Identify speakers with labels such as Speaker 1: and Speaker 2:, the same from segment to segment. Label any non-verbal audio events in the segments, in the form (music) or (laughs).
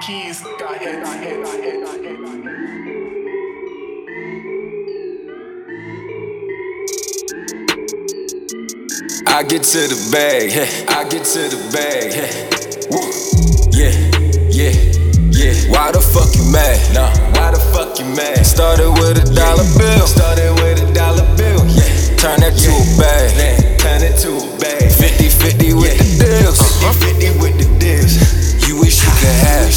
Speaker 1: keys got hit, got hit, got hit, got hit, got hit.
Speaker 2: I get to the bag, hey. I get to the bag, hey. Woo. Yeah, yeah, yeah. Why the fuck you mad? Nah, why the fuck you mad? Started with a dollar bill. Started with a dollar bill. Yeah, turn that to a bag. Man, turn it to a bag. 50 50 with the deals. 50 50 with the deals. You wish you could have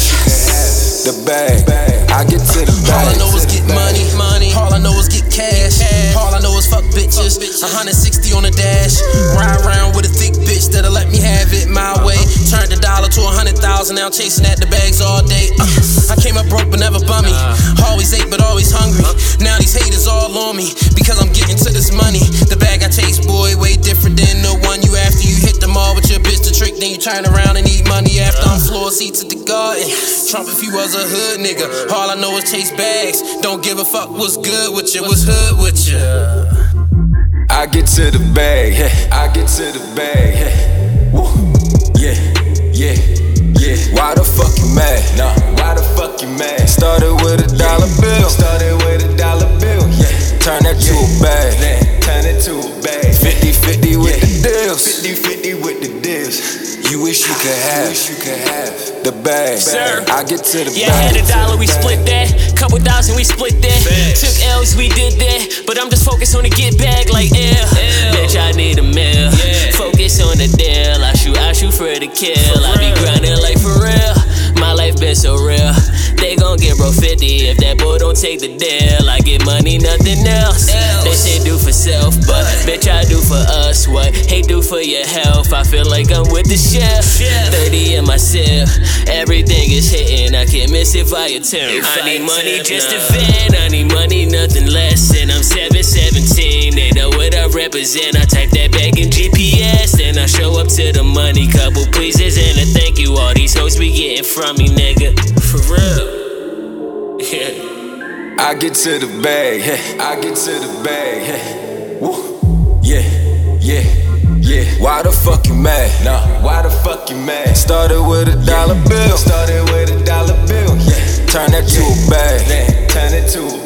Speaker 2: the bag. I get to the bag.
Speaker 3: All I know is get money, money. All I know is get cash. All I know is fuck bitches. 160 on the dash. Ride around with a thick bitch that'll let me have it my way. Turned the dollar to a hundred thousand. Now I'm chasing at the bags all day. Uh, I came up broke but never bummy. Always ate but always hungry. Now these haters all on me because I'm getting to this money. The bag I chase, boy, way different than the one you after. You hit them all with your bitch to trick, then you turn around and eat money after I'm floor seats at the garden. Trump if he was a hood nigga. All I know is chase bags. Don't give a fuck what's good with you, what's hood with you.
Speaker 2: I get to the bag, hey. I get to the bag, hey. Woo. Yeah, yeah, yeah. Why the fuck you mad? Nah, why the fuck you mad? Started with a dollar bill. Started with a dollar bill. Yeah, turn that to a bag. Then turn it to a bag. 50 50 with the deals. 50 50 with the deals. You wish you could have, you could have the bag.
Speaker 4: Sir.
Speaker 2: I get to the
Speaker 4: Yeah,
Speaker 2: bag.
Speaker 4: had a dollar, we split that. Couple thousand, we split that. Took L's, we did that. But I'm just focused on the get back, like, ew. Bitch, I need a meal. Focus on the deal. I shoot, I shoot for the kill. I be grinding like for real. My life been so real. They gon' get bro 50 if that boy don't take the deal. I get money, nothing else. They say do for self, but bitch, I do for us. What hate do for your health? I feel like I'm with the chef. 30 in my sip, everything is hitting. I can't miss it via 10. I need money just to vent. I need money, nothing less. And I'm 717. They know what I represent. I type that back in GPS. Then I show up to the money. Couple pleases and a thank you. All these hoes be getting from me, nigga. For real. (laughs) Yeah.
Speaker 2: I get to the bag, hey. I get to the bag, hey. Woo. Yeah, yeah, yeah. Why the fuck you mad? Nah, why the fuck you mad? Started with a dollar bill. Started with a dollar bill. Yeah, turn that to a bag. Then turn it to a